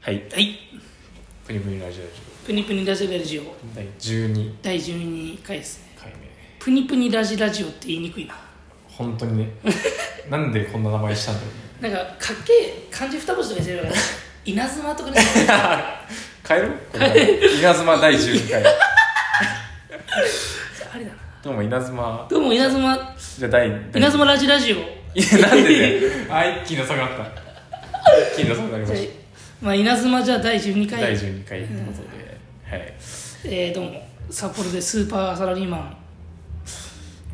はいはいプニプニラジオラジプニプニラジラジオオ第12第12回ですね回目プニプニラジラジオって言いにくいな本当 にねなんでこんな名前したんだろうねなんかかっけえ漢字二文字とかにすればよかった稲妻とか で帰ろうこれ稲妻第12回あれだなどうも稲妻どうも稲妻じゃあ第第稲妻ラジラジオいやなんで ねあ一気に遅くなった一気に遅くなりまじゃあしまあ稲妻じゃあ第12た回第12回ってことで、はいえー、どうも札幌でスーパーサラリーマ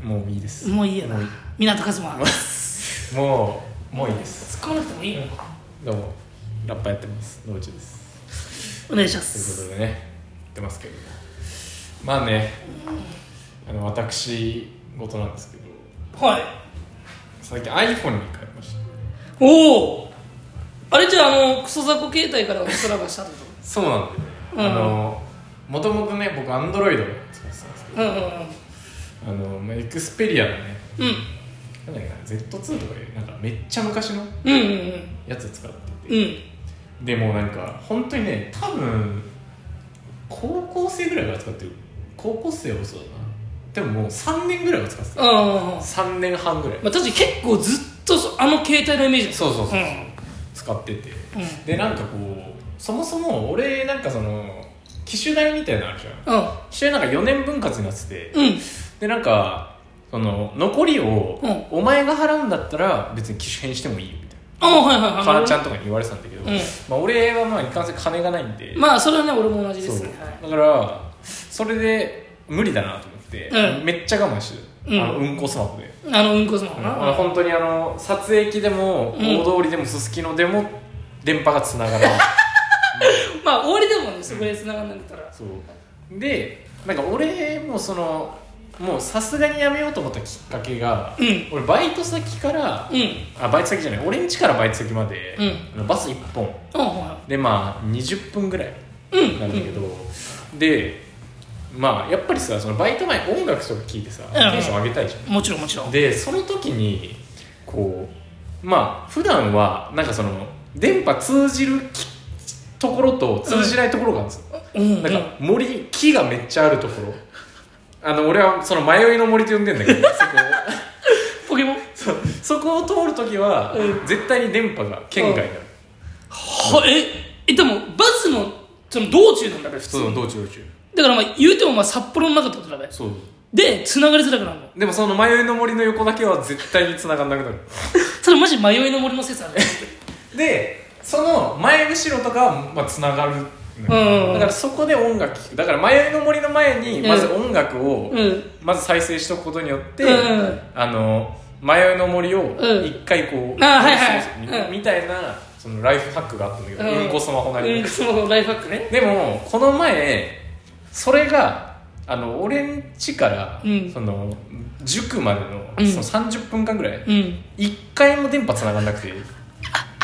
もういいですンもういいやなもういい湊かずま突っもうもういいです込まなくてもいいよどうもラッパやってます道中ですお願いしまとすいうことでね言ってますけどまあねあの私事なんですけどはい最近 iPhone に変えましたおおあれじゃああのクソ雑魚携帯からお空がしたってこそうなんでね、うんあのもともとね僕 Android を使ってたんですけとうんうんうんどあの、まあ、エクスペリアのねうんなんだっけな Z2 とかいうなんかめっちゃ昔のうんうんやつ使ってうんうて、んでもなんか本当にね多分高校生ぐらいから使ってる高校生はそうだなでももう3年ぐらいは使ってたああ3年半ぐらいまあ確かに結構ずっとそあの携帯のイメージですそうそうそうそう、うん使っててうんでなんかこうそもそも俺なんかその機種代みたいなのあるじゃんう機種代なんか4年分割になってて、んうんでなんかその残りをうんお前が払うんだったら別に機種変してもいいよみたいああはいはいはない母ちゃんとかに言われてたんだけど、うんまあ、俺はまあいかんせん金がないんで、まあそれはね俺も同じでそうすねはいだからそれで無理だなと思って、うんめっちゃ我慢してる、うんあのうんこスマホで。あのうんこスマホなあの本当にあの撮影機でもうん大通りでもすすきのでも電波がつながらないまあ終わりでもねそこで繋がんなかったら そうでなんか俺もそのもうさすがにやめようと思ったきっかけが、うん俺バイト先から、うんあバイト先じゃない俺ん家からバイト先まで、うんあのバス1本うんはでまあ20分ぐらいいうんなんだけど、でまあやっぱりさそのバイト前音楽とか聴いてさんテンション上げたいじゃんうんもちろんもちろんでその時にこうまあ普段はなんかその電波通じるきところと通じないところがあるんですよ、うんなんか森木がめっちゃあるところあの俺はその迷いの森と呼んでんだけ どポケモンそこそこを通る時は、う絶対に電波が圏外になる、はええでもバスのその道中なんだべ普普通通の道中道中だからまあ言うてもまあ札幌の中ってことだべそうで繋がりづらくなるのでもその迷いの森の横だけは絶対に繋がんなくなるそれマジ迷いの森の説あるでその前後ろとかはまあつながるのよ、うんだからそこで音楽聴くだから「迷いの森」の前にまず音楽をうんまず再生しとくことによって、うんあの迷いの森をうん一回こう、あはいはい過ごすみうんみたいなそのライフハックがあったんだけど、ううんんこスマホなりの、うんそのライフハックねでもこの前それがあの俺ん家から、うんその塾までの,、うんその30分間ぐらい、うん一回も電波繋がんなくて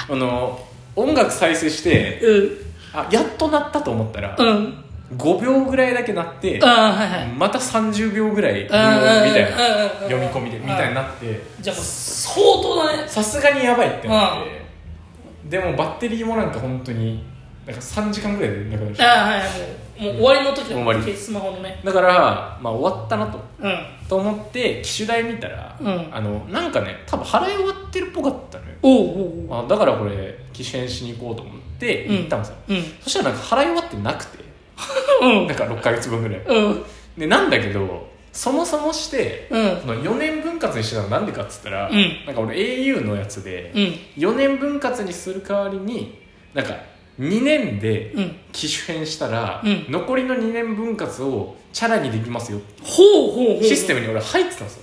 あの音楽再生してうんあやっと鳴ったと思ったら、うん5秒ぐらいだけ鳴ってああはいはいまた30秒ぐらい無音みあーたいあーあーあなー読み込みであーみたいになってじゃあもう相当だねさすがにやばいってなってでもバッテリーもなんか本当になんか3時間ぐらいでなくなるああはいはいもうもう終わりの時だ終わりスマホのねだから、まあ、終わったなとうんと思って機種代見たら、うんあのなんかね多分払い終わってるっぽかったのよおうおうおうあだからこれ機種変しに行こうと思って行ったんですよ、うんそしたらなんか払い終わってなくてうんなんか6ヶ月分ぐらいうんでなんだけどそもそもしてうんその4年分割にしてたのなんでかっつったら、うんなんか俺 au のやつでうん4年分割にする代わりになんか2年でうん機種変したら、うん残りの2年分割をチャラにできますよってほうほうほうシステムムに俺入ってたんですよ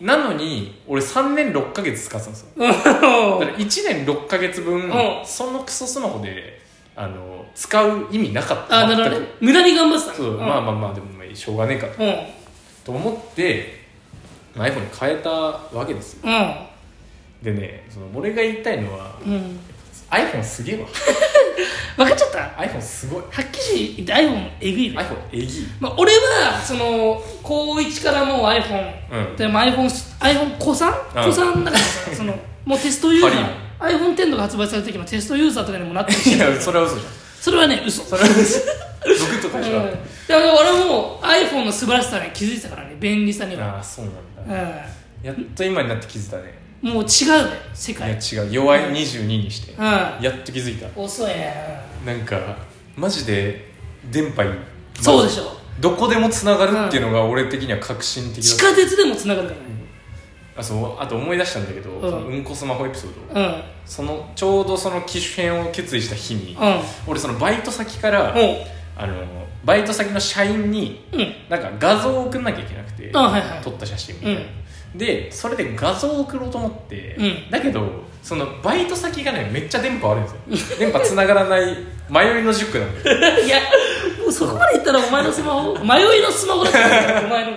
うん なのに俺3年6ヶ月使ってたんですようんだから1年6ヶ月分、うんそのクソスマホであの使う意味なかったあなるほど全ねく無駄に頑張ってたそう、うんまあまあまあでもまあしょうがねえかうんと思ってまあ iPhone に変えたわけですよでねその俺が言いたいのはうんうん iPhone すげえわ分かっちゃったは iPhone すごいっきり言って iPhone えぐいね iPhone えぎいまあ、俺はその高1からもう iPhone、うんでも iPhone, iPhone 子さんうん子さんだからさそのもうテストユーザー iPhone10 とか発売された時もテストユーザーとかにもなってるいやそれは嘘じゃん それはね嘘それは嘘毒とうかん、じだゃから俺も iPhone の素晴らしさに気づいてたからね便利さには、ああそうなんだうん、やっと今になって気づいたねもう違うね世界いや違う弱い22にしてうんやっと気づいた遅いねなんかマジで電波にうんそうでしょどこでもつながるっていうのが俺的には革新的地だっ下鉄でもつながるかたあそうあと思い出したんだけど、んそのうんこスマホエピソード、らねそのちょうどその機種編を決意した日に、うんうん俺そのバイト先から、あのバイト先の社員にうんうんなんか画像を送んなきゃいけなくて、あはいはい撮った写真みたいな、でそれで画像を送ろうと思って、うんだけどそのバイト先がねめっちゃ電波悪いんですよ電波つながらない迷いの塾なんでいやもうそこまでいったらお前のスマホ迷いのスマホだからお前の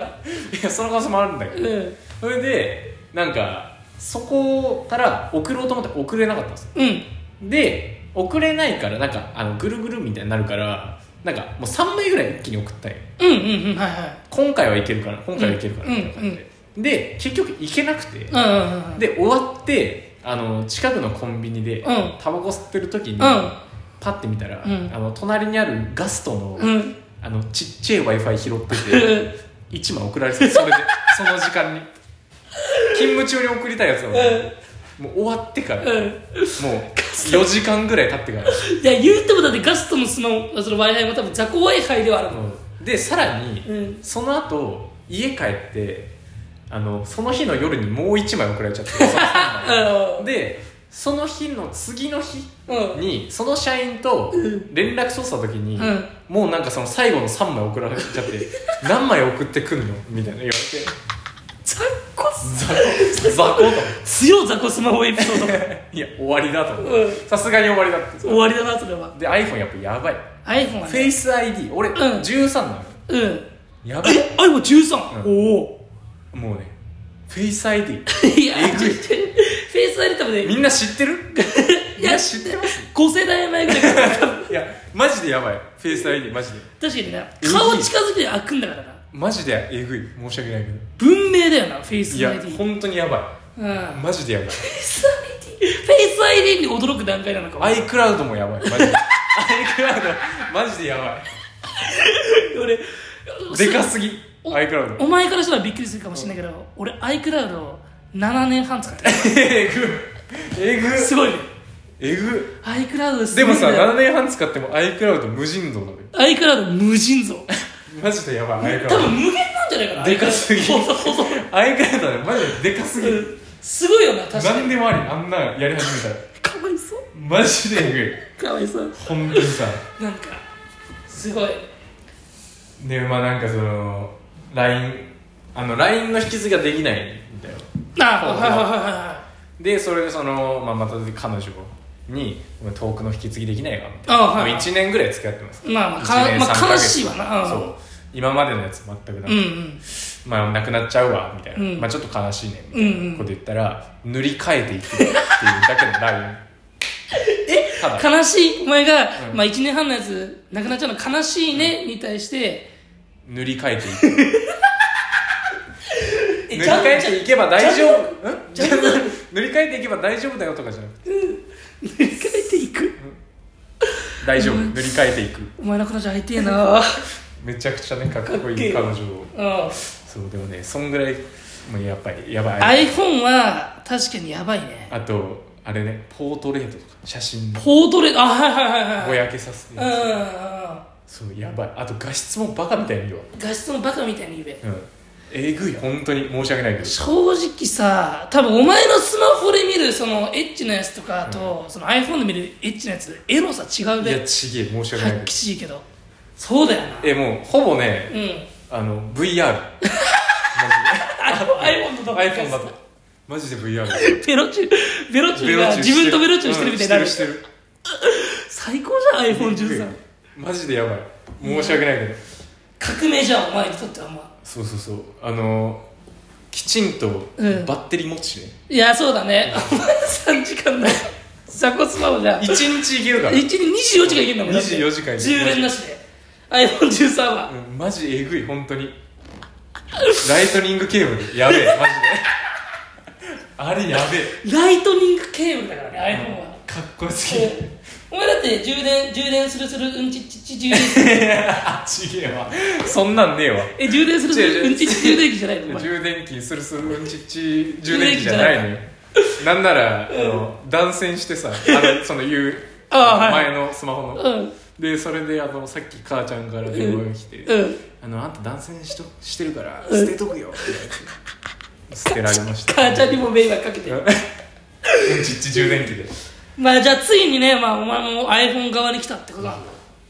いがやその可能性もあるんだけうど、んそれでなんかそこから送ろうと思って送れなかったんですようんで送れないからなんかあのぐるぐるみたいになるからなんかもう3枚ぐらい一気に送ったんようんうんうんはいはい今回はいけるから今回はいけるからうんみたいな感じで、で結局行けなくて、うんうんうんで終わってあの近くのコンビニでうんタバコ吸ってる時に、うんパッて見たら、うんあの隣にあるガストの,、うんあのちっちゃい w i f i 拾っ てて1枚送られてたそれでその時間に勤務中に送りたいやつを、もう終わってから、うもうん4時間ぐらい経ってから。いや言うてもだってガストのスマホその w i f i も多分雑魚 w i f i ではあるもんでさらに、うんその後家帰ってあのその日の夜にもう1枚送られちゃってう んでその日の次の日うんにその社員と連絡取った時に、うんもうなんかその最後の3枚送られちゃって 何枚送ってくんのみたいな言われ雑魚っすて雑魚と思って強い雑魚スマホエピソー いや終わりだと思っうてんさすがに終わりだってド終わりだなそれはで iPhone やっぱやばい iPhone はフねェイス ID 俺、ん13なのうんやばいえ iPhone13 うおおもうねフェイス ID いや、えぐいフェイス ID 多分ね、みんな知 ってるいみんなや知ってます5世代前ぐらいからいやマジでやばいフェイス ID マジで確かにね、えぐい顔近づけて開くんだからな。マジでえぐい申し訳ないけど文明だよな、フェイスいや ID。うん。フェイ本当にやばいマジでやばいス ID、フェイス ID に驚く段階なのか。 iCloud もやばいマジで iCloud マジでやば俺、いでかすぎお iCloud お前からしたらびっくりするかもしれないけど、俺 iCloud を7年半使ってる。 えぐえぐすごいね。えぐ iCloud すごでいんもださ7よ年半使っても iCloud 無尽蔵だね iCloud 無尽蔵。マジでやばい多分 iCloud 無限なんじゃないかな。でかすぎそうそうそう。 iCloud はねマジででかすぎるすごいよな、確か何に。でもありあんなやり始めたらかわいそう。マジでえぐいかわいそう。本当にさなんか、すごい。でまあなんかその LINE あの LINE の引き継ぎができないみたいなああ、そうはいはいはいはい。でそれでその、まあ、また彼女に「お前遠くの引き継ぎできないわ」みたいあなあはいもう1年ぐらい付き合ってますまあまあ、 1か年ま3あ、ヶ悲月しいわな。うんそう今までのやつ全くなく、うんうん。まあなくなっちゃうわみたいな、うんまあちょっと悲しいねみうたんいうんなこと言ったら、塗り替えていくっていうだけの LINE えただ悲しい、お前が、うんまあ1年半のやつ、なくなっちゃうの悲しいね、に対して、塗り替えてい く塗りちゃん替えていけば大丈夫ん ジャンル塗り替えていけば大丈夫だよとかじゃなくて塗り替えていく。大丈夫塗り替えていくお前の彼女会いて えなめちゃくちゃねかっこかっいけえい彼女をうん。そうでもねそんぐらいもうやっぱりやばい iPhone は、確かにやばいね。あとあれねポートレートとか写真のポートレート、あ、はいはいはいはい。ぼやけさせてうんうんうん。そうやばいあと画質もバカみたいにいいわ画質のバカみたいに言うべ。うんえぐい本当に申し訳ないけど正直さ多分お前のスマホで見るそのエッチなやつとかと、その iPhone で見るエッチなやつエロさ違ういやべちげえ申し訳ないはっけきどしいけどそうだよなえもうほぼねうんあの VR マ iPhone ジでと iPhone だとマジで VR ベロチュベロチュがュ自分とベロチュしてるみたいになる、うんしてるしてる最高じゃん iPhone13 マジでやばい申し訳ないけど革命じゃんお前にとってはお前そうそうそうあのきちんとうんバッテリー持つしねいやそうだねお前3時間だよ雑魚スマホじゃん1 1日いけるから日24時間いけんだもんだって24時間いける10連なしで iPhone13 はうんマジえぐい本当にライトニングケーブルやべえマジであれやべえライトニングケーブルだからね iPhone は、かっこよすぎこるうお前だって充電充電するするうんちっちっち充電するあちげえわそんなんねえわえ充電するす違う違うるうんちっち充電器じゃないのお前充電器するするうんちっち充電器じゃないのよなんなら、あの断線してさあのその言う あーはい前のスマホの、うんでそれであのさっき母ちゃんから電話が来て、うんあのあんた断線しとしてるからうん捨てとくよって言われて捨てられました母ちゃんにも迷惑かけてうんちっち充電器でまあじゃあついにね、まあ、お前も iPhone 側に来たってことなん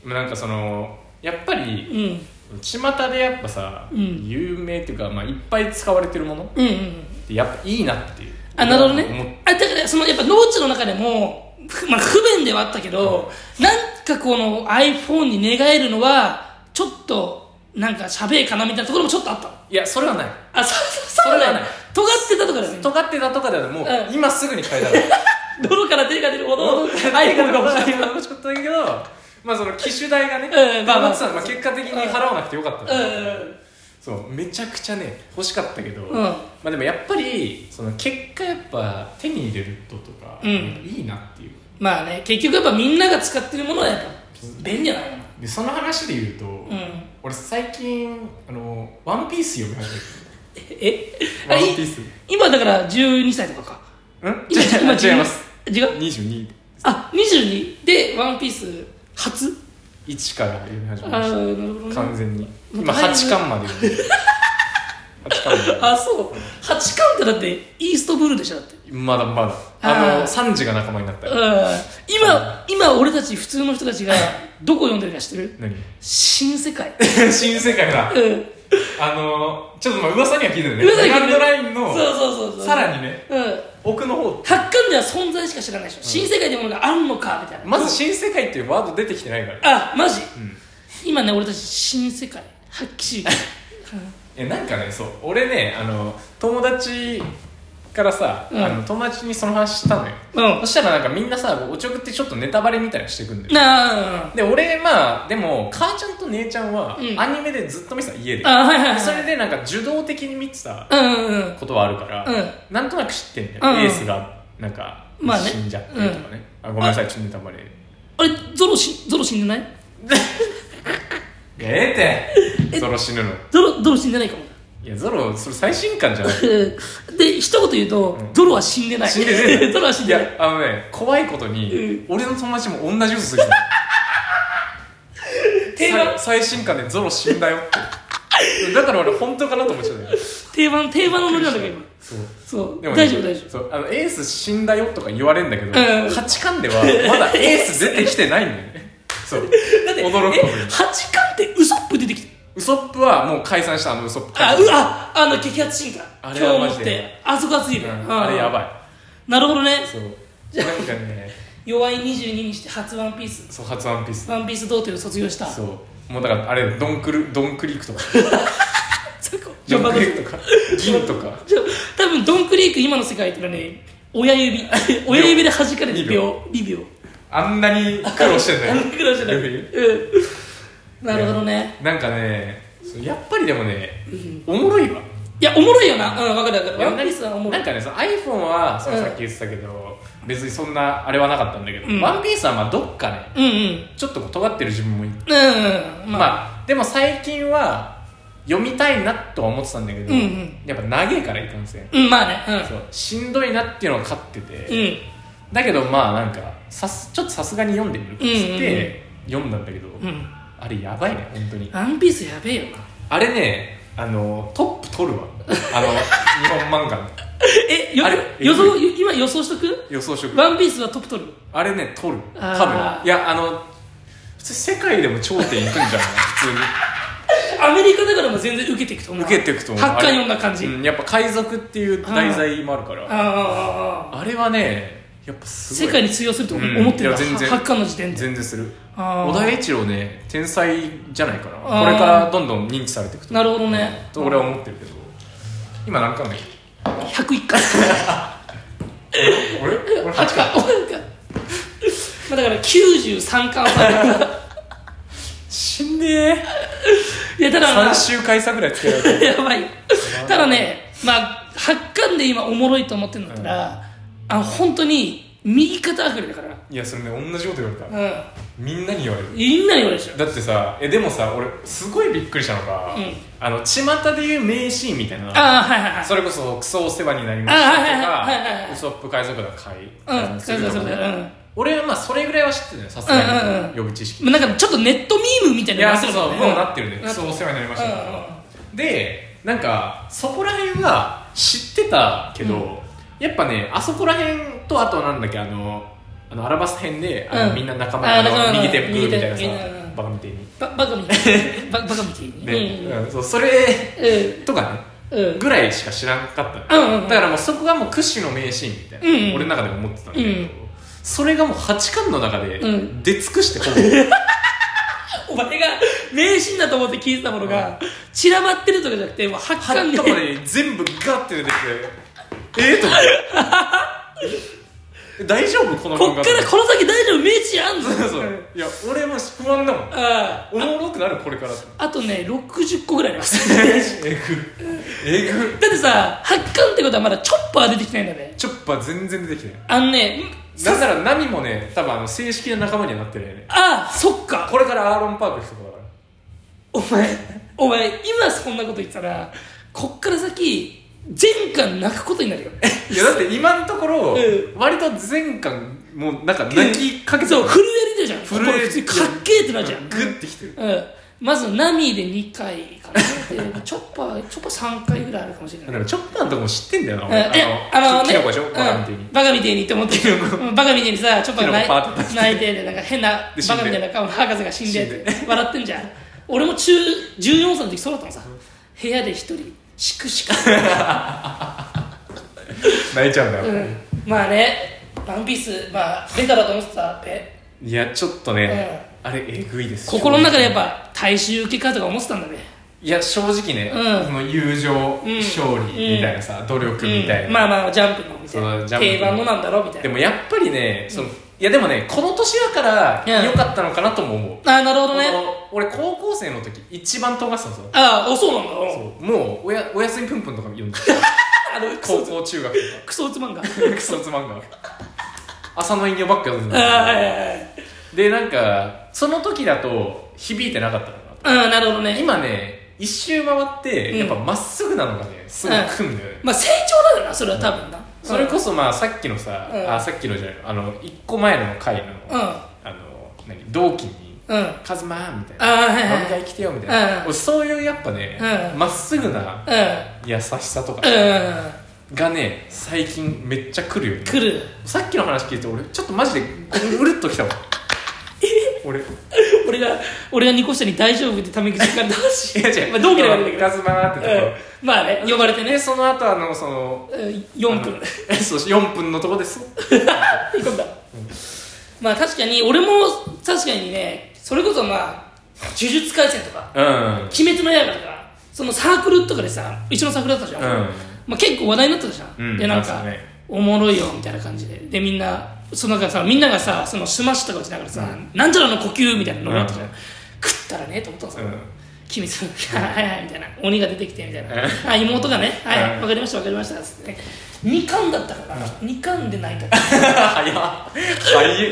だなんかそのやっぱりうん巷でやっぱさ、うん有名っていうか、まあ、いっぱい使われてるものっうんうんうんてやっぱいいなっていうあなるほどね思っあだからそのやっぱ農地の中でも、ふまあ、不便ではあったけど、なんかこの iPhone に寝返るのはちょっとなんかしゃべえかなみたいなところもちょっとあったのいやそれはないあそうそうそうそれはだないね尖ってたとかだね尖ってたとかではもう、うん今すぐに変えたら 泥から手が出るほど iPhone iPhone かもしれない ちょっとだけどまあその機種代がね、うんまあまあまあ、結果的に払わなくてよかったんだけど、うそうめちゃくちゃね欲しかったけど、んまあでもやっぱりその結果やっぱ手に入れるととか、うんいいなっていうまあね結局やっぱみんなが使ってるものはやっぱ便利なのかでその話で言うと、なうん俺最近あの「ワンピース読み始めてるえ「あワンいピース今だから12歳とかかうん今今違う違う違います違う22あ二22で「ワンピース初一から読み始あめなましるほたどね完全にもう今だいぶ8巻まで読んでる8巻まであそう八巻ってだってイーストブルーでしょだってまだまだ ああーの三時が仲間になったうんよ今今俺たち普通の人たちがどこ読んでるか知ってる何 新世界新世界だうんあのちょっとまあ噂には聞いてるね噂には聞いてるグランドラインそうのそうそうそうさらにねうん奥の方八巻では存在しか知らないでしょ、新世界でものがあんのかみたいなまず新世界っていうワード出てきてないからあマジうん今ね俺たち新世界発揮しえなんかねそう俺ねあの友達からさ、うんあの友達にその話したのようんそしたらなんかみんなさおちょくってちょっとネタバレみたいなのしてくんだよなあで俺まあでも母ちゃんと姉ちゃんはうんアニメでずっと見てた家で、あはいはいはいそれでなんか受動的に見てたうんうんうんことはあるから、うんなんとなく知ってんだよ、うんうんエースがなんかまあね死んじゃってとかね,、あごめんなさいちょっとネタバレあれゾロしゾロ死んでないええってゾロ死ぬのゾロゾロ死んでないかもいやゾロそれ最新刊じゃないうんで一言言うと、うんゾロは死んでない死んで ねえゾロは死んでないやあのね怖いことに、俺の友達も同じ嘘ついて 定た番最最新刊でゾロ死んだよってだから俺本当かなと思っちゃったよ定番定番のノリなんだけど今そうそう、でもね大丈夫大丈夫そうあのエース死んだよとか言われるんだけど、うん八巻ではまだエース出てきてないんだよねそう だって驚くことにえ八巻ってウソップ出てきてウソップはもう解散したあのウソップ解あ散うわあの激アツ進化あれ今日は持マジっでてあそこ熱いね、うんうんあれやばいなるほどねそうなんかね弱い22にして初ワンピースそう初ワンピースワンピース童貞を卒業したそうもうだからあれドンクルドンクリークとかそこド序ン盤クのリークとか銀とかちょ多分ドンクリーク今の世界っていうのはね親指 親指で弾かれて2 2秒秒2秒あんなに苦労してんだあよの 苦労してないうんなるほどねなんかねそうやっぱりでもねおもろいわいやおもろいよなうん分かる分かいやるワンピースはおもろないんかねその iPhone はそのうんさっき言ってたけど別にそんなあれはなかったんだけどうんワンピースはまあどっかねうんうんちょっとこう尖ってる自分もいてうんうんまあまあでも最近は読みたいなとは思ってたんだけどうんうんやっぱ長いからいかんせんうんまあねそうしんどいなっていうのを勝ってうてんうんだけどまあなんかさすちょっとさすがに読んでみるかっつっうんうんて読んだんだけどうんあれやばいね本当にワンピースやべえよなあれねあのトップ取るわあの日本漫画のえよあれ予想今予想しとく予想色ワンピースはトップ取るあれね取る多あ分ーいやあの普通世界でも頂点いくんじゃ ない普通にアメリカだからも全然受けていくと思う受けていくと思う八巻あれ読んだ感じうんやっぱ海賊っていう題材もあるからあああああああれはねやっぱす世ごい界に通用するとうん思ってるんいだや全然八巻の時点で全然するああ小田栄一郎ね天才じゃないかなあーこれからどんどん認知されていくとなるほどねと俺は思ってるけど今何回目101巻俺俺八巻お前かまあだから93 巻は 死んでーいやただまあ 3週回差ぐらいつけられてるやばい。ただね、まあ、発汗で今おもろいと思ってるんだったら、あの本当に右肩上がりだからいやそれね同じこと言われた、うみんなに言われるんみんなに言われるでしょだってさえでもさ俺すごいびっくりしたのが、うんあの巷でいう名シーンみたいなのああはいはいはいそれこそクソお世話になりましたとあはいはいはいはいはいかウソップ海賊団会うんするとかね海賊団うん俺はまあそれぐらいは知ってるのよさすうんうんがうんに予備知識もうなんかちょっとネットミームみたいいになやってそうそるうねもうなってるねんクソお世話になりましたとうんうんかでなんかそこら辺は知ってたけど、うんやっぱねあそこら辺とあとなんだっけあのあのアラバス編であの、うんみんな仲間ああ仲間の右手プーみたいなさ右手うんバカみたいにばバカみたい にばバカみたいにで、うんうんそうそれとかねうんうんぐらいしか知らんかったうんうんうんだからもうそこがもう屈指の名シーンみたいな、うんうん俺の中で思ってたんだけど、うんそれがもう八巻の中でうん出尽くしてほぼ、お前が名シーンだと思って聞いてたものが散らばってるとかじゃなくてもう発八巻汗でまで全部ガッて出てきてええと思って大丈夫このこ漫っ画からこの先大丈夫名シーンあんぞそうそういや俺もう不安だもんあおもろくなるこれからってああとね60個ぐらいありますえぐえぐだってさ発汗ってことはまだチョッパー出てきてないんだねチョッパー全然出てきてないあのねだからナミもね多分あの正式な仲間にはなってないねああそっかこれからアーロン・パーク行くとこだからお前お前今そんなこと言ってたらこっから先全巻泣くことになるよいやだって今のところ、う割と前巻もうなんか 泣きかけてるそう震えてるじゃん震えてる普通にかっけえってなるじゃん、グッてきてるうん、まずナミで2回かなでチョッパーチョッパー3回ぐらいあるかもしれだないからチョッパーのとこも知ってんだよな、うん俺いやあのキねキノコでしょ、うんバカみたいにバカみてえにって思ってるうんバカみてえにさチョッパーがキノコパーって泣い泣いててなんか変なで死んでバカみたいな顔の博士が死んで死んって笑ってんじゃん俺も中14歳の時そうだったのさ部屋で一人し くしく泣いちゃうんだよ、うんまあね、ワンピース、まあ、ベタだと思ってたって、いやちょっとね、あれえぐいです心の中でやっぱ、大衆受けかとか思ってたんだね。いや正直ね、うんその友情、ん勝利みたいなさ、努力みたいな、うんまあまあ、ジャンプのみたいそうな。ジャンプ定番のなんだろうみたいでな。もやっぱりねその、いやでもねこの年だからうん良かったのかなとも思う、ああ、なるほこどね。の俺高校生の時一番尖ってたんですよああ、おそうなんだ。おうそうもうおやおやすみぷんぷんとか読んでたあの、ク高ソ、校中学とか クソうつ漫画。クソつまんが朝の営業ばっかやってああ、はいたはいはい。でなんかその時だと響いてなかったのかなとうん、なるほどね。今ね一周回って、うんやっぱまっすぐなのがねすごいくんだよね、まあ、成長だよな、それは多分な。それこそまあさっきのさ、うんあさっきのじゃないあの一個前の回の、うんあの何同期にうん。うん。 「カズマー」みたいあな「あ、はいは飲いみは会い。来てよ」みたいな、うん俺そういうやっぱねうんま、っすぐな優しさとかうん。うん。がね最近めっちゃくるよね来る。さっきの話聞いて俺ちょっとマジでうるっときたもん俺い俺が、俺がニコシタに大丈夫ってため口聞かれた話。や違うまあ、同期だからだけどガ。ズマーってところ、うんまあね、呼ばれてでね、その後あのその4分。あの そう4分のとこです行くんだ。まあ確かに、俺も確かにね、それこそまあ、呪術廻戦とか、うん鬼滅の刃とか、そのサークルとかでさ、一のサークルだったじゃん。うんまあ結構話題になったじゃん。うんで、なんあか、そうねおもろいよみたいな感じで。で、みんな、そのなんかさ、みんながさ、そのスマッシュとか打ちながらさ、なんちゃらの呼吸みたいなのがあったじゃん。うん食ったらね、と思ったのさ。うん君そのはいはいみたいな鬼が出てきてみたいなうんあ妹がねはいうんわかりましたわかりましたっつってね2巻だったから2巻で泣いた早っ早っ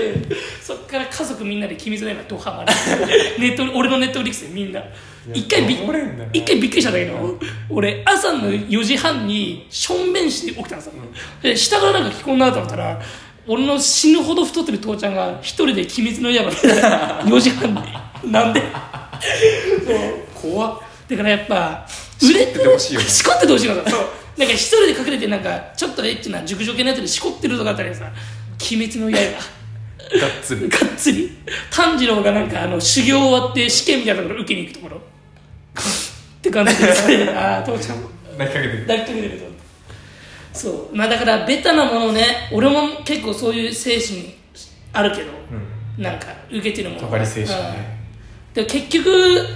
そっから家族みんなで君その今ドハマり ネット俺のネットフリックスでみんな一回びおもろいんだな一回びっくりしたんだけど俺朝の4時半にしょんべんして起きたんですよで下からなんか聞こんなと思ったら俺の死ぬほど太ってる父ちゃんが一人で鬼滅の 刃で4時半になんで怖っだからやっぱ売れしこっててほしいよねしこっててほしいのさそうなんか一人で隠れてなんかちょっとエッチな熟女系のやつでしこってるとかあったらさ「鬼滅の刃」がっつり がっつり炭治郎がなんかあの修行終わって試験みたいなところ受けに行くところって感じで すねああ父ちゃんも泣きかけてる抱きかけてるとそうまあだからベタなものをね俺も結構そういう精神あるけど、うんなんか受けてるもの尖り精神ねうんで結局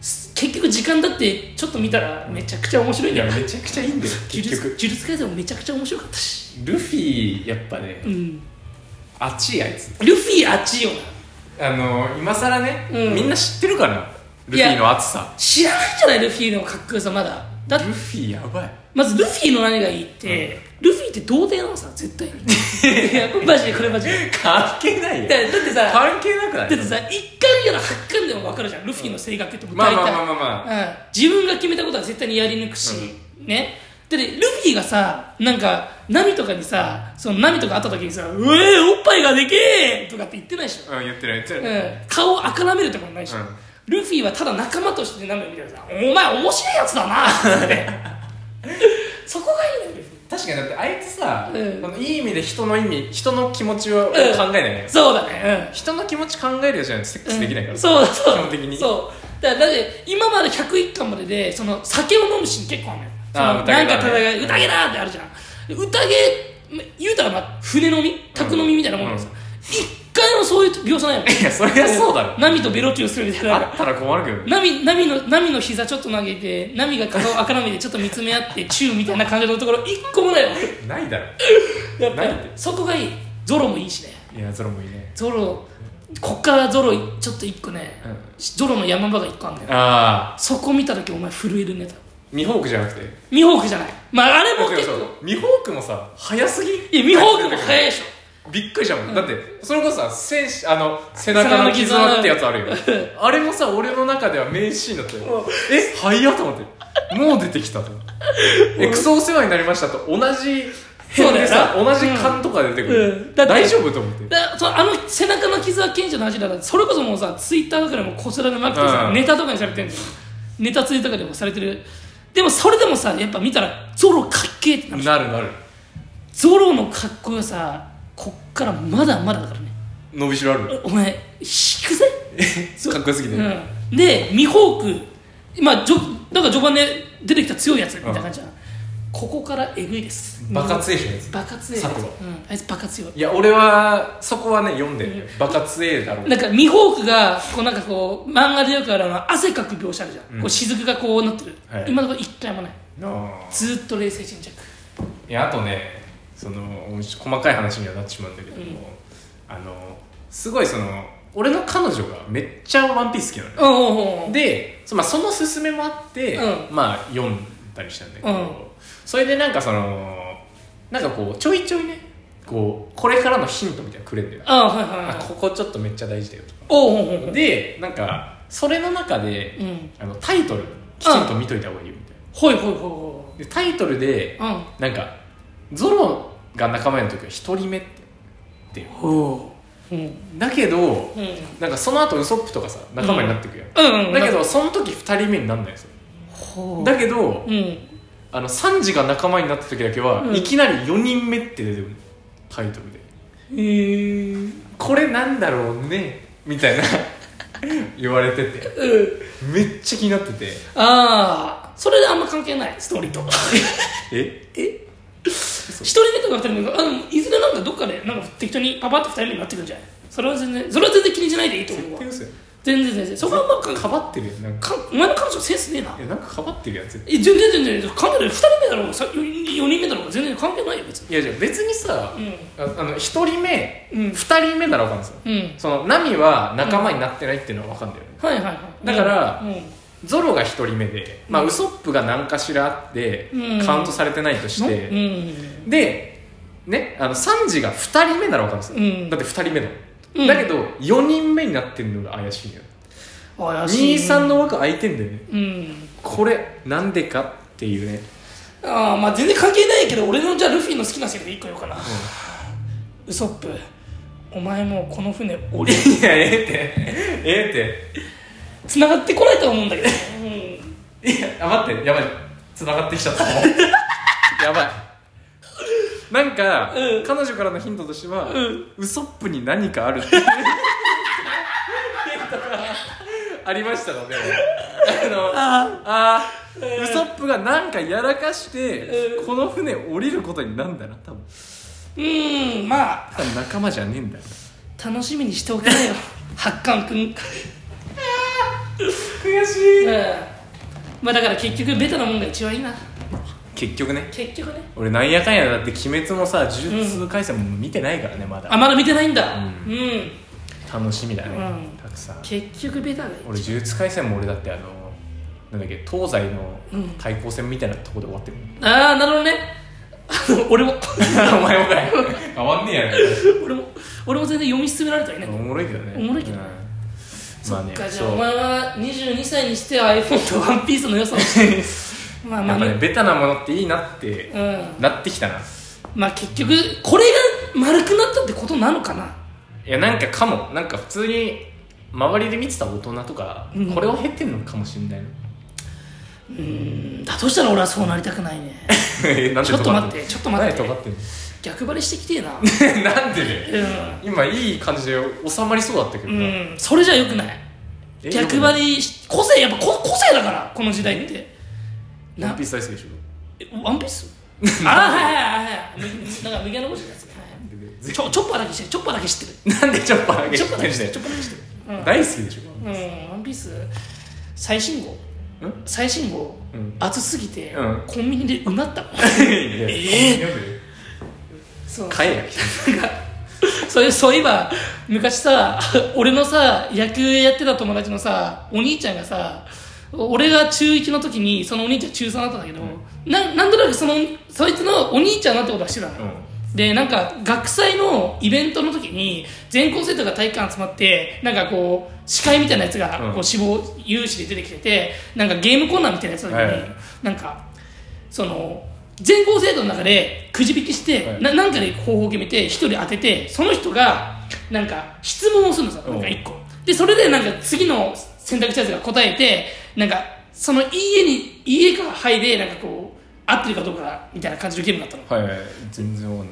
す結局時間だってちょっと見たらめちゃくちゃ面白いんいだやよめちゃくちゃいいんだよ呪結術呪局術改正もめちゃくちゃ面白かったしルフィやっぱねうん熱いあいつルフィあっちよあの今更ねうんみんな知ってるかなルフィの熱さ知らないじゃないルフィのかっこよさまだだルっフィやばいまずルフィの何がいいって、ルフィって童貞なのさ絶対 にいやマジでこれマジで関係ないよだだってさ関係なくなだっていさ一巻から八巻でも分かるじゃんルフィの性格ってまあ大まあ体まあまあまあうん、自分が決めたことは絶対にやり抜くし、ねだってルフィがさなんかナミとかにさそのナミとか会った時にさ「うえおっぱいがでけえ!」とかって言ってないでしょ、うん、言ってない言ってうない、ん、顔をあからめるとかもないでしょ、うんルフィはただ仲間としてナミを見てるさ「お前面白いやつだな」って そこがいいんだよルフィ確かにだってあいつさ、うんこのいい意味で人の意味人の気持ちを考えうんないよ、そうだね人の気持ち考えるよじゃないとセッうクんスできないから、うんそうだそう基本的にそうだからだって今まで101巻まででその酒を飲むシーン結構あるのよそのあーな宴んかだね戦い宴だってあるじゃん宴言うたらまあ船飲み宅飲みみたいなもんなんですよ、一回もそういう描写ないのいやそりゃそうだろ波とベロチューするみたいあなったら困るけど波波の波の膝ちょっと投げて波が顔を赤らめてちょっと見つめ合ってチューみたいな感じのところ一個もないわないだろやっぱりないってそこがいいゾロもいいしねいやそれもいいねゾロこっからゾロちょっと一個ね、うんゾロの山場が一個あるんだよああそこ見た時お前震えるね多分ミホークじゃなくてミホークじゃないまああれもそう結そう構ミホークもさ早すぎいやミホークも早いいでしょびっくりしたもん、だってそれこそさ戦士あの背中の絆ってやつあるよあれもさ俺の中では名シーンだったよえ早っと思ってもう出てきたとえクソお世話になりましたと同じ辺でさそ同うだよなじ勘とか出てくる、うんだって大丈夫と思ってだそあの背中の傷は賢者の味だからそれこそもうさツイッターとかでもこすられまくってさ、うんネタとかにされてるんだよネタツイとかでもされてるでもそれでもさやっぱ見たらゾロかっけえってなるなるなるゾロのかっこよさこっからまだまだだからね伸びしろあるお前引くぜかっこよすぎて、うん、でミホークまあじょなんか序盤で出てきた強いやつみたいな感じじゃん、ここからえぐいです爆発鋭者のやつバカ強いやサつクロうん、あいつバカ強いいや俺はそこはね読んでるよバカ強えだろうなんかミホークがこうなんかこう漫画でよくあるあの汗かく描写あるじゃん、うんこう雫がこうなってる、はい今のところ一回もないなあずーっと冷静沈着いやあとねその細かい話にはなってしまうんだけども、うんあのすごいその俺の彼女がめっちゃ「ワンピース好きなのね、うんうんうんでそ,、まあ、その勧めもあって、うまあ読んだりしたんだけど、うんそれでなんかそのなんかこうちょいちょいねこうこれからのヒントみたいなのくれんだよ、あはいはいはあいここちょっとめっちゃ大事だよとかおうおうおうおうでなんかそれの中で、うんあのタイトルきちんと見といた方がいいよみたいほいほいほいほなでタイトルでいうんなんかゾロが仲間の時は一人目ってってほううんだけどうんなんかその後ウソップとかさ仲間になってくやん、うんうんだけどその時二人目になんないんですよほうだけどうんあのサンジが仲間になった時だけは、うんいきなり四人目って出てくるタイトルでえー、これなんだろうねみたいな言われててうんめっちゃ気になっててああそれであんま関係ないストーリー とえ一人目とか二人目とかあのいずれなんかどっかでなんか適当にパパッと二人目になってくるんじゃないそれは全然それは全然気にしないでいいと思うわ手嘘や全然全然そこはまあかかばってるやんなんかかお前の彼女センスねえないやなんかかばってるやん絶対え全然全然関係ない二人目だろうがさ四四人目だろうが全然関係ないよ別にいやじゃあ別にさ、ああの一人目うんうん二人目ならわかるんですようんそのナミは仲間になってないっていうのは分かんだよね、はいはいはいだからうんゾロが1人目で、まあ、ウソップが何かしらあって、うんカウントされてないとして、うんうんで、ね、あのサンジが2人目なら分かるんですよ、うんだって2人目だもん、うんだけど4人目になってるのが怪しいのよ怪しいね23の枠空いてんだよねうんこれなんでかっていうねああまあ全然関係ないけど俺のじゃあルフィの好きなセリフ一個言おうかな、ウソップお前もうこの船降りるいやええってええ繋がってこないと思うんだけど、っていやあ待ってやばい繋がってきちゃ ったやばいなんか、うん彼女からのヒントとしては、うんウソップに何かあるっていう ヒントがありましたのであのああーうんウソップがなんかやらかして、うんこの船降りることになんだな多分うーんまあ多分仲間じゃねえんだよ楽しみにしておきな よ八冠くんうん悔しいまあだから結局ベタなもんが一番いいな結局ね結局ね俺なんやかんやだって鬼滅もさ呪術廻戦も見てないからねまだあまだ見てないんだうん、楽しみだね、うんたくさん結局ベタがいい俺呪術廻戦も俺だってあのなんだっけ東西の対抗戦みたいなとこで終わってる、ああなるほどねあの 俺 もお前もかい 変わんねえやろ俺も俺も全然読み進められたよねおもろいけどねおもろいけどうんそまあっねかじゃそあおう前は22歳にしては iPhone とワンピースの良さを知 るまあまやあっぱねねベタなものっていいなって、うんなってきたなまあ結局これが丸くなったってことなのかないやなんかかもなんか普通に周りで見てた大人とか、うんこれを経てんのかもしれ ないなうんだとしたら俺はそうなりたくないねえなんでちょっと待っ止てちょっとま待っっててなんで逆張りしてきてえな止まってんの なんでねう今いい感じで収まりそうだったけどん、な、うん、それじゃよくないえ逆張りし個性やっぱこ個性だからこの時代ってワンなピース大好きでしょえワンピー スああはいはいはいはいむなんか右側残してるやつ ねはいちょチョッパーだけしてるチョッパーだけ知って るなんでチョッパーあげチてョッパーだけ知ってるチんョッパーだけ知ってだる、うよん大好きでしうん、ワンピース最新号ょん最新号、うん暑すぎて、うんコンビニでうなったもんえそう買えや そういうそういえば昔さ俺のさ野球やってた友達のさお兄ちゃんがさ俺が中1の時にそのお兄ちゃん中3だったんだけど、ななんとなくそのそいつのお兄ちゃんなってことはしてたのよ、でなんか学祭のイベントの時に全校生徒が体育館集まってなんかこう司会みたいなやつがうんこう志望有志で出てきててなんかゲームコーナーみたいなやつの時に、はいはいはいなんかその全校生徒の中でくじ引きして、はいななんかで方法を決めて一人当ててその人がなんか質問をするのさうんなんか一個でそれでなんか次の選択肢やつが答えてなんかその「いいえ」に「いいえ」か「はい」でなんかこう合ってるかどうかみたいな感じのゲームだったのはいはい全然わか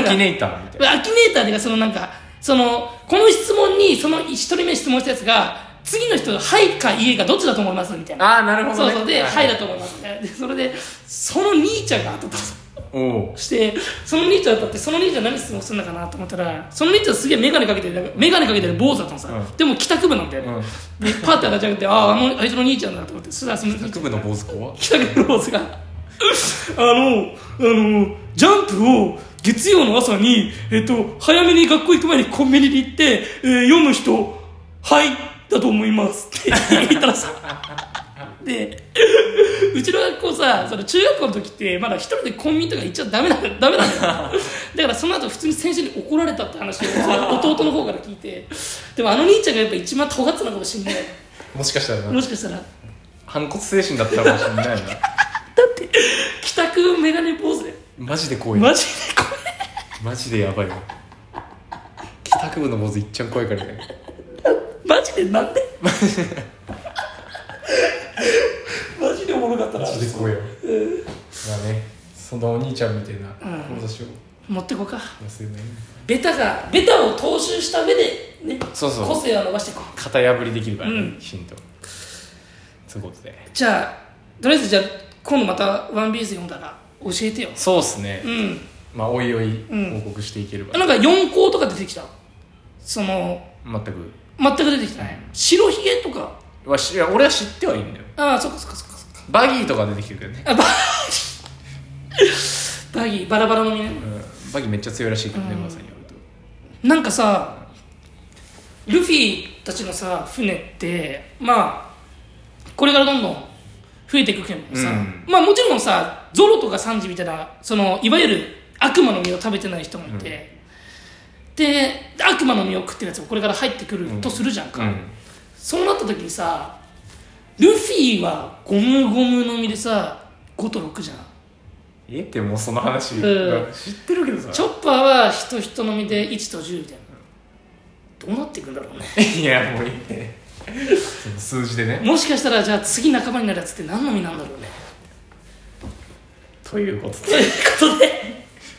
んないアキネイターみたいなアキネーターっていうかそのなんかそのこの質問にその一人目質問したやつが次の人が「はい」か「いいえ」かどっちだと思いますみたいなああなるほどそうねそうで「はい」だと思いますみたいなでそれでその兄ちゃんが当たったとおおしてその兄ちゃん当たってその兄ちゃん何質問するのかなと思ったらその兄ちゃんすげえ眼鏡かけてなんか眼鏡かけてる坊主だったのさ、うんでも帰宅部なんだよね、うんでパッて当たっちゃなくてあああのあいつの兄ちゃんだと思ってそしたらその各部の坊主子は北川ローズがあの、あの、ジャンプを月曜の朝に、えっと、早めに学校行く前にコンビニに行って、えー読む人、はい、だと思いますって言ったらさ、で、うちの学校さ、その中学校の時って、まだ一人でコンビニとか行っちゃダメなの、ダメなのよ。だからその後普通に先生に怒られたって話をさ弟の方から聞いて、でもあの兄ちゃんがやっぱ一番尖ってたのかもしんない。もしかしたらもなしかしたら。反骨精神だったかもしれないな帰宅メガネポーズで。マジで怖いマジでこれ。マジでやばいわ帰宅部の坊主いっちゃん怖いからねマジでなんでマジでおもろかったなマジで怖いわまあねそのお兄ちゃんみたいなうん坊主を持ってこうか忘れないベタがベタを踏襲した上でねそうそう個性を伸ばしていこう型破りできるからうねんヒントそういうことでじゃあとりあえずじゃあ今度また「ワンピース読んだら教えてよそうっすねうんまあおいおいうん報告していければなんか4校とか出てきたその全く全く出てきてない白ひげとかわしいや俺は知ってはいいんだよああそっかそっかそっかそっかバギーとか出てきてるけどねあババギーバラバラの実ねうんバギーめっちゃ強いらしいけどねうんまさによるとなんかさルフィたちのさ船ってまあこれからどんどん増えていくけどさ、うんまあもちろんさゾロとかサンジみたいなそのいわゆる悪魔の実を食べてない人もいて、で悪魔の実を食ってるやつもこれから入ってくるとするじゃんか、うんそうなった時にさルフィはゴムゴムの実でさ5と6じゃんえってもうその話うん知ってるけどチさョッパーは人人の実で1と10みたいなどうなっていくんだろうねいやもういいねその数字でねもしかしたらじゃあ次仲間になるやつって何の実なんだろうねということとでいうことで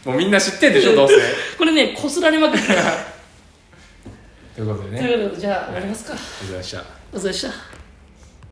もうみんな知ってんでしょどうせこれねこすられまくるからということでねあとりがいうことでじゃあ終わりますかとうございましたお疲れ様でした